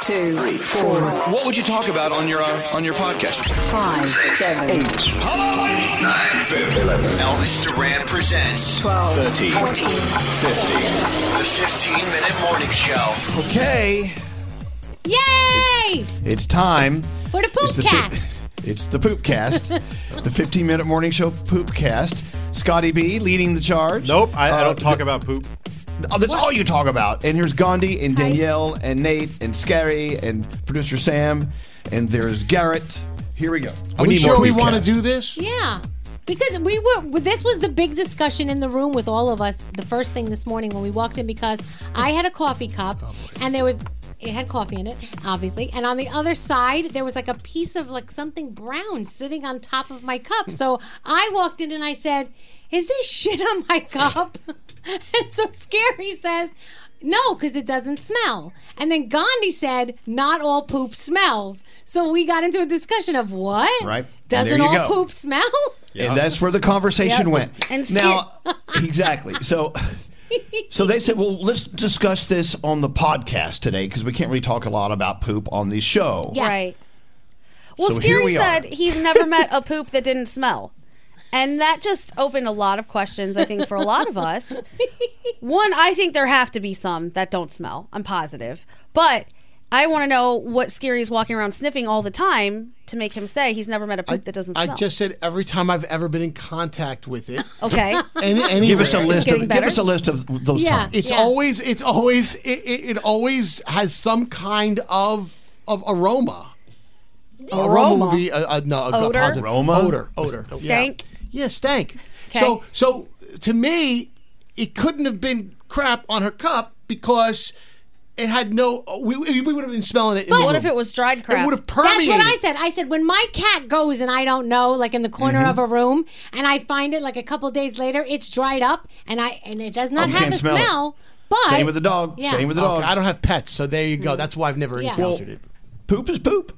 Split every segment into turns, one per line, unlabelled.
two, three, four,
What would you talk about on your uh, on your podcast?
five, seven, eight,
Elvis Duran presents
12,
14, 15, the 15 minute morning show. Okay,
Yay!
It's time.
For the
It's
poop
fi-
cast.
it's the poop cast. the 15 minute morning show poop cast. Scotty B leading the charge.
Nope, I, I
Uh,
don't talk about poop.
Oh, that's all you talk about. And here's Gandhi and Danielle and Nate and Scary and producer Sam. And there's Garrett. Here we go.
Are we, sure we want to
Poopcast.
do this?
Yeah. Because we were, this was the big discussion in the room with all of us the first thing this morning when we walked in because I had a coffee cup
Oh,
and there was, it had coffee in it, obviously. And on the other side, there was like a piece of like something brown sitting on top of my cup. So I walked in and I said, Is this shit on my cup? and so Scary says, no, because it doesn't smell. And then Gandhi said, not all poop smells. So we got into a discussion of what?
Right.
Doesn't
There
all
you go.
poop smell?
And that's where the conversation
Yep.
went.
And sca-
now, exactly. So, so they said, well, let's discuss this on the podcast today because we can't really talk a lot about poop on the show.
Yeah.
Right. Well,
So here
Scary
we are.
said he's never met a poop that didn't smell. And that just opened a lot of questions, I think, for a lot of us. One, I think there have to be some that don't smell. I'm positive. But I want to know what Scary's walking around sniffing all the time to make him say he's never met a poop that doesn't
I
smell.
just said every time I've ever been in contact with it.
Okay.
Any, anywhere,
Give us a list. Of,
getting
give
better.
us a list of those
Yeah.
times.
It's always it's always it, it, it always has some kind of of aroma. Aroma, would be a, a, no, a
Odor?
positive.
Aroma?
odor, odor, Yeah.
Stank?
Yeah, stank.
'Kay.
So so to me, it couldn't have been crap on her cup because it had no. We, we would have been smelling it. In the
what
room.
if it was dried crap?
It would have
That's
permeated.
what I said. I said, when my cat goes and I don't know, like in the corner
Mm-hmm.
of a room, and I find it like a couple days later, it's dried up and I and it does not
Oh, you
have
can't
a
smell
smell.
it.
but
Same with the dog.
Yeah.
Same with the
Okay,
dog.
I don't have pets, so there you go. That's why I've never
Mm. Yeah.
encountered it.
poop is poop.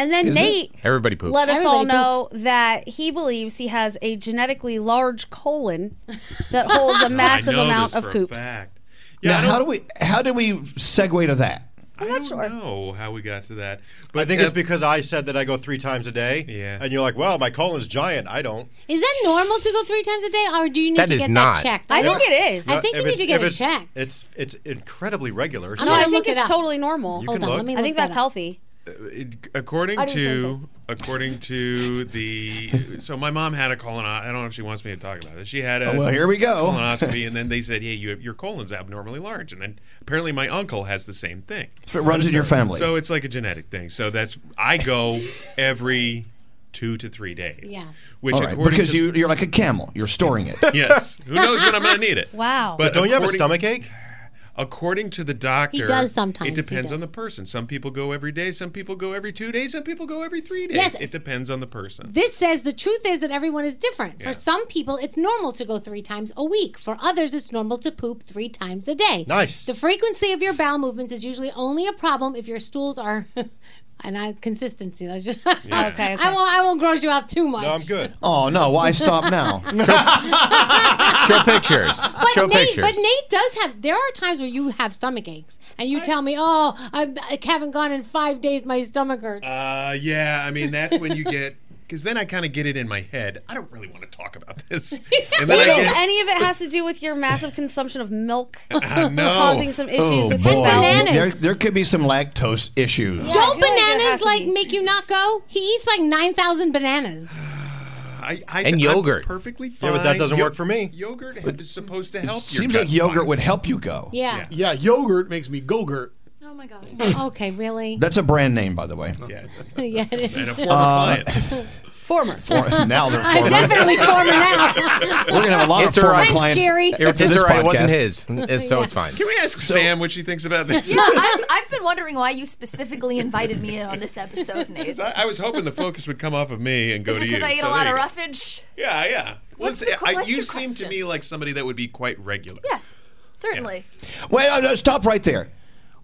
And then Nate
Everybody poops.
let us all
Everybody
know that he believes he has a genetically large colon that holds a massive amount of poops.
Yeah, I
now,
don't,
how do we how do we segue to that?
I'm
not sure.
know how we got to that. But
I think it's because I said that I go three times a day.
Yeah.
And you're like, well, my colon's giant. I don't.
is that normal to go three times a day, or do you need
That
to
is
get
not.
that checked?
I think
don't-
it is.
Uh,
I think
If
you need
it's-
to get
if
it
it's-
checked.
It's it's incredibly regular.
I'm
So
No,
gonna
I think
look it
it's
up.
totally normal.
You
Hold
can
on,
look.
let me
I
look
think
that
that's
up.
healthy.
according
I didn't say
to according to the, so my mom had a colon. I don't know if she wants me to talk about this. She had a
Oh, well, here we go.
colonoscopy, and then they said, "Hey, you have, your colon's abnormally large." And then apparently, my uncle has the same thing.
So it runs in your family.
So it's like a genetic thing. So that's I go every two to three days.
Yeah.
Which
All right,
according
because
to
you, you're like a camel. You're storing it.
yes. Who knows when I'm going to need it?
Wow.
But
don't you have a
according-
stomach ache?
According to the doctor,
He does sometimes,
It
he
depends
does.
on the person. Some people go every day. Some people go every two days. Some people go every three days.
Yes.
It depends on the person.
This says the truth is that everyone is different.
Yeah.
For some people, it's normal to go three times a week. For others, it's normal to poop three times a day.
Nice.
The frequency of your bowel movements is usually only a problem if your stools are. And I consistency. That's just
Okay, okay.
I won't. I won't gross you out too much.
No, I'm good.
Oh no! Why stop now?
Show pictures.
But
Show
Nate,
pictures.
but Nate does have. There are times where you have stomach aches, and you tell me, "Oh, I, I haven't gone in five days. My stomach hurts."
Uh, yeah, I mean that's when you get because then I kind of get it in my head. I don't really want to talk about this, and
Do you
then I
think
get. Oh.
any of it has to do with your massive consumption of milk
I know.
causing some issues
Oh,
with
boy.
your bowels?
There, there could be some lactose issues.
Don't
I feel like that
bananas
has to
like
be-
make you not go? He eats like nine thousand bananas.
I, I,
And
I'm
yogurt.
perfectly fine.
Yeah, but that doesn't
Yo-
work for me.
Yogurt is supposed to help. your
Seems
gut
like yogurt
lining.
would help you go.
Yeah.
Yeah, yogurt makes me gogurt.
Oh my god.
Okay, really?
That's a brand name, by the way.
Yeah,
yeah, it is.
and a former client.
Former.
Or- now they're
I
former.
definitely former now.
We're gonna have a lot
It's
of
all
former
right.
clients.
Scary.
here for
it's
this
all right. It wasn't
podcast.
his, It's- so it's fine.
Can we ask Sam what she thinks about this?
Yeah, I've, I've been wondering why you specifically invited me in on this episode, Nate. Is
I,
it
I was hoping the focus would come off of me and go to you.
because I eat a
so
lot
there
of
you go.
roughage?
Yeah, yeah.
What's
Let's-
the-
I-
what's
you
your
seem to
question?
me like somebody that would be quite regular.
Yes, certainly.
Wait, no, no, stop right there.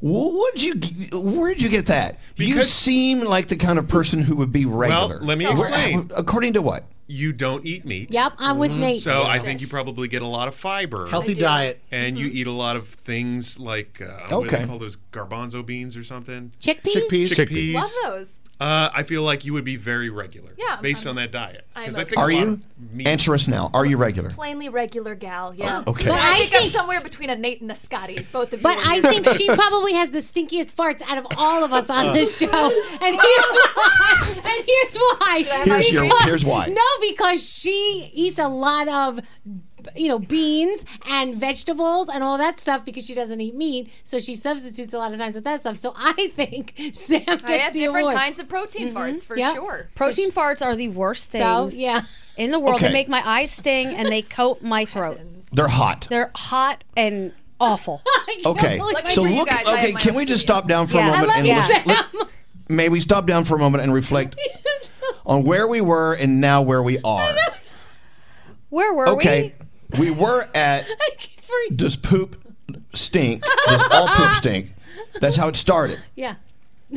What'd you? g- Where'd you get that? you
Because-
seem like the kind of person who would be regular.
let me
Where-
explain.
according to what?
You don't eat meat.
Yep, I'm
Mm-hmm.
with Nate.
So I think you probably get a lot of fiber.
Healthy diet.
And
Mm-hmm.
you eat a lot of things like, uh, I don't know what do
Okay.
they call those garbanzo beans or something?
chickpeas?
Chickpeas.
Chickpeas.
Love those.
Uh, I feel like you would be very regular.
Yeah,
Based
I'm-
on that diet. Because
I'm
I
a-
think
Are
a lot
you?
of meat.
Answer us now. Are you regular?
Plainly regular gal, yeah.
Oh, okay. But
I,
I
think, I'm
think-
somewhere between a Nate and a Scotty, both of you.
But
are
I
here.
think she probably has the stinkiest farts out of all of us on this show. And here's why. And here's why.
have Here's
your- here's why.
No, because she eats a lot of you know beans and vegetables and all that stuff because she doesn't eat meat so she substitutes a lot of times with that stuff so i think sam gets
I have
the
different
award.
kinds of protein
Mm-hmm.
farts for
Yep.
sure.
Protein farts are the worst things
so yeah
in the world.
Okay.
They make my eyes sting and they coat my throat.
They're hot.
They're hot and awful.
okay.
Let me
So
show you
look.
guys, I have
okay.
my
Can
own
we just
video.
stop down for
Yeah.
a
I
moment
love
and
you,
let's-
Sam.
let- may we stop down for a moment and reflect on where we were and now where we are?
Where were
Okay. We were at does poop stink? Does all poop stink? That's how it started.
yeah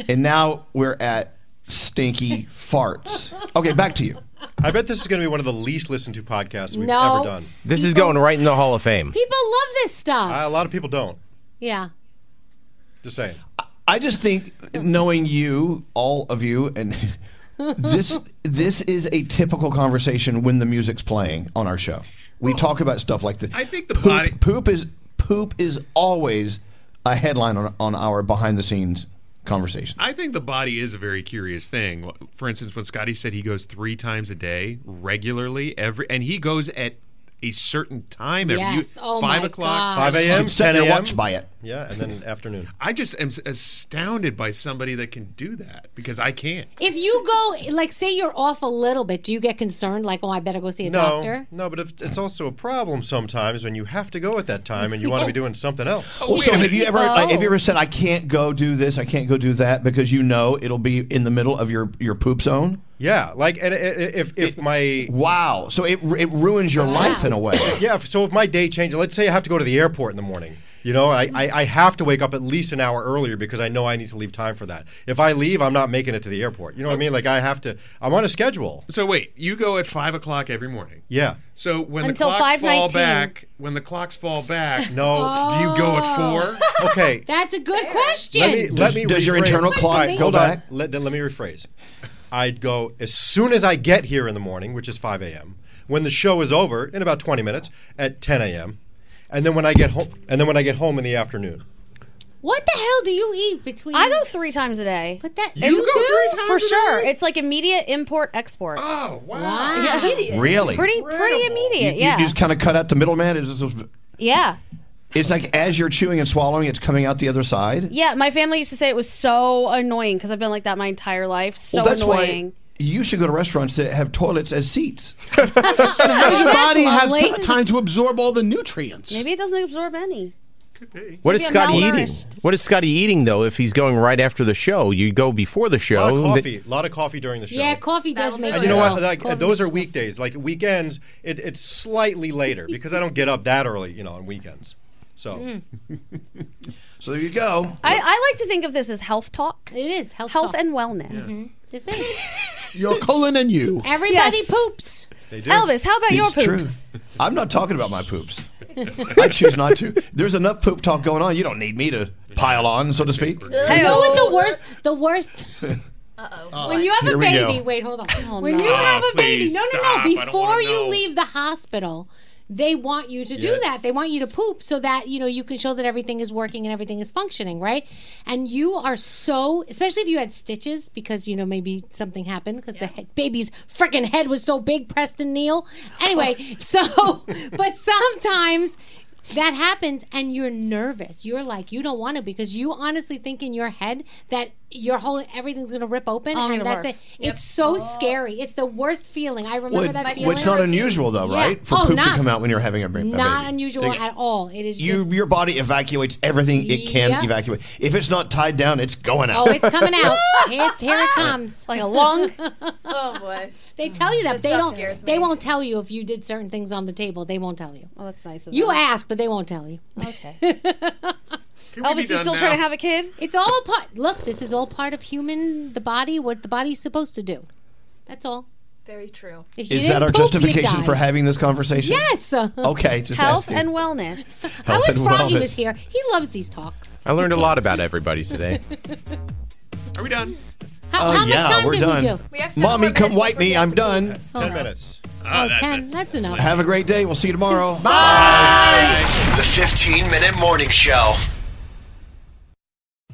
And now we're at stinky farts. Okay, back to you.
I bet this is going to be one of the least listened to podcasts we've
No.
ever done. Mm.
This is going right in the Hall of Fame.
people love this stuff
Uh, a lot of people don't.
yeah
Just saying.
I just think knowing you, all of you, and this this is a typical conversation when the music's playing on our show. We talk about stuff like this.
Oh. I think the
poop,
body-
poop is poop is always a headline on, on our behind the scenes conversation.
I think the body is a very curious thing. For instance, when Scotty said he goes three times a day regularly, every and he goes at a certain time every
Yes. Oh
five
my
o'clock.
gosh.
5 a.m.,
Set
10
your
a.m.
watch by it.
Yeah, and then afternoon.
I just am astounded by somebody that can do that because I can't.
If you go, like, say you're off a little bit, do you get concerned? Like, oh, I better go see a
No,
doctor.
no, but if, it's also a problem sometimes when you have to go at that time and you want to be doing something else.
Oh.
Well, so
Wait a
have you ever like, have
Oh.
you ever said I can't go do this, I can't go do that because you know it'll be in the middle of your your poop zone?
Yeah, like and i- i- if if my
Wow. So it it ruins your life in a way.
yeah, so if my day changes, let's say I have to go to the airport in the morning. You know, I, I, I have to wake up at least an hour earlier because I know I need to leave time for that. If I leave, I'm not making it to the airport. You know what
Oh.
I mean? Like I have to. I'm on a schedule.
So wait, you go at five o'clock every morning.
Yeah.
So when
Until
the clocks fall
5:19.
back, when the clocks fall back,
No.
do you go at four?
Oh. Okay.
That's a good question.
Let me, let
Does-
me
does your
rephrase-
internal clock go
hold
back?
On. Let, then let me rephrase. I'd go as soon as I get here in the morning, which is 5 a.m. When the show is over in about 20 minutes at 10 a.m. And then when I get home, and then when I get home in the afternoon.
What the hell do you eat between?
I go three times a day.
But that
you go three times for sure. It's like immediate import export. Oh
wow!
Immediate.
Really?
Pretty pretty immediate.
You,
yeah.
you just kind of cut out the middleman. It's, it's,
yeah.
it's like as you're chewing and swallowing, it's coming out the other side.
Yeah, my family used to say it was so annoying because I've been like that my entire life. So
well, that's
annoying.
why you should go to restaurants that have toilets as seats.
And how does your
That's
body have
lovely.
t- time to absorb all the nutrients?
Maybe it doesn't absorb any.
What is
Maybe I'm
Scotty eating?
malnourished.
What is Scotty eating though? If he's going right after the show, you go before the show.
A lot
Oh,
of
and
coffee. A lot of coffee during the show.
Yeah, coffee does make
And you know what?
well.
Like,
Coffee-
those are weekdays. Like weekends, it, it's slightly later because I don't get up that early, you know, on weekends. So,
Mm.
so there you go.
I, I like to think of this as health talk. It
is health,
and wellness.
This is
Your colon and you.
everybody poops.
They
do. Elvis, how about your poops?
I'm not talking about my poops. I choose not to. There's enough poop talk going on. You don't need me to pile on, so to speak.
You know what the worst? The worst.
Uh-oh.
When you have
Here
a
we go.
baby, wait, hold on. when
Oh, no.
you have
Ah,
a baby,
please
no, no,
stop. I
no.
don't
Before
wanna
you
know.
leave the hospital, they want you to do
Yeah.
that. They want you to poop so that you know you can show that everything is working and everything is functioning, right? And you are so, especially if you had stitches, because you know maybe something happened because the he- baby's freaking head was so big, Preston Neal. Anyway, so but sometimes that happens and you're nervous you're like you don't want to because you honestly think in your head that your whole everything's going to rip open
Oh, I'm
and
gonna
that's
barf. Oh.
it it's so scary it's the worst feeling i remember
Well, it-
that
well,
feeling
it's not unusual, though,
Yeah.
right? For
Oh,
poop
not-
to come out when you're having a, ba- a baby.
not unusual
Like,
at all it is
You,
just
your body evacuates everything it can
Yeah.
evacuate. If it's not tied down, it's going out.
oh it's coming out here, here it comes
like a lung
oh boy
they tell you that
This
they
stuff
don't
scares
they won't tell you if you did certain things on the table they won't tell you
oh that's nice of
you
them.
ask but they won't tell you
we be Elvis, you done still trying to now? have a kid?
It's all part. Look, this is all part of human, the body, what the body's supposed to do. That's all.
Very true.
If you
Is that
didn't
our
poop, you'd
justification
die.
for having this conversation?
Yes.
Okay, just
health
asking.
and wellness.
I
Health
wish
and
Froggy
wellness.
was here. He loves these talks.
I learned a lot about everybody today.
Are we done?
How,
Oh,
how
yeah,
much time
we're
did
done.
we do?
We have seven Mommy, more come minutes wipe before me, he has I'm to go. done. Ten
All right.
minutes.
Oh, 10. That's enough.
Have a great day. We'll see you tomorrow.
The 15 Minute Morning Show.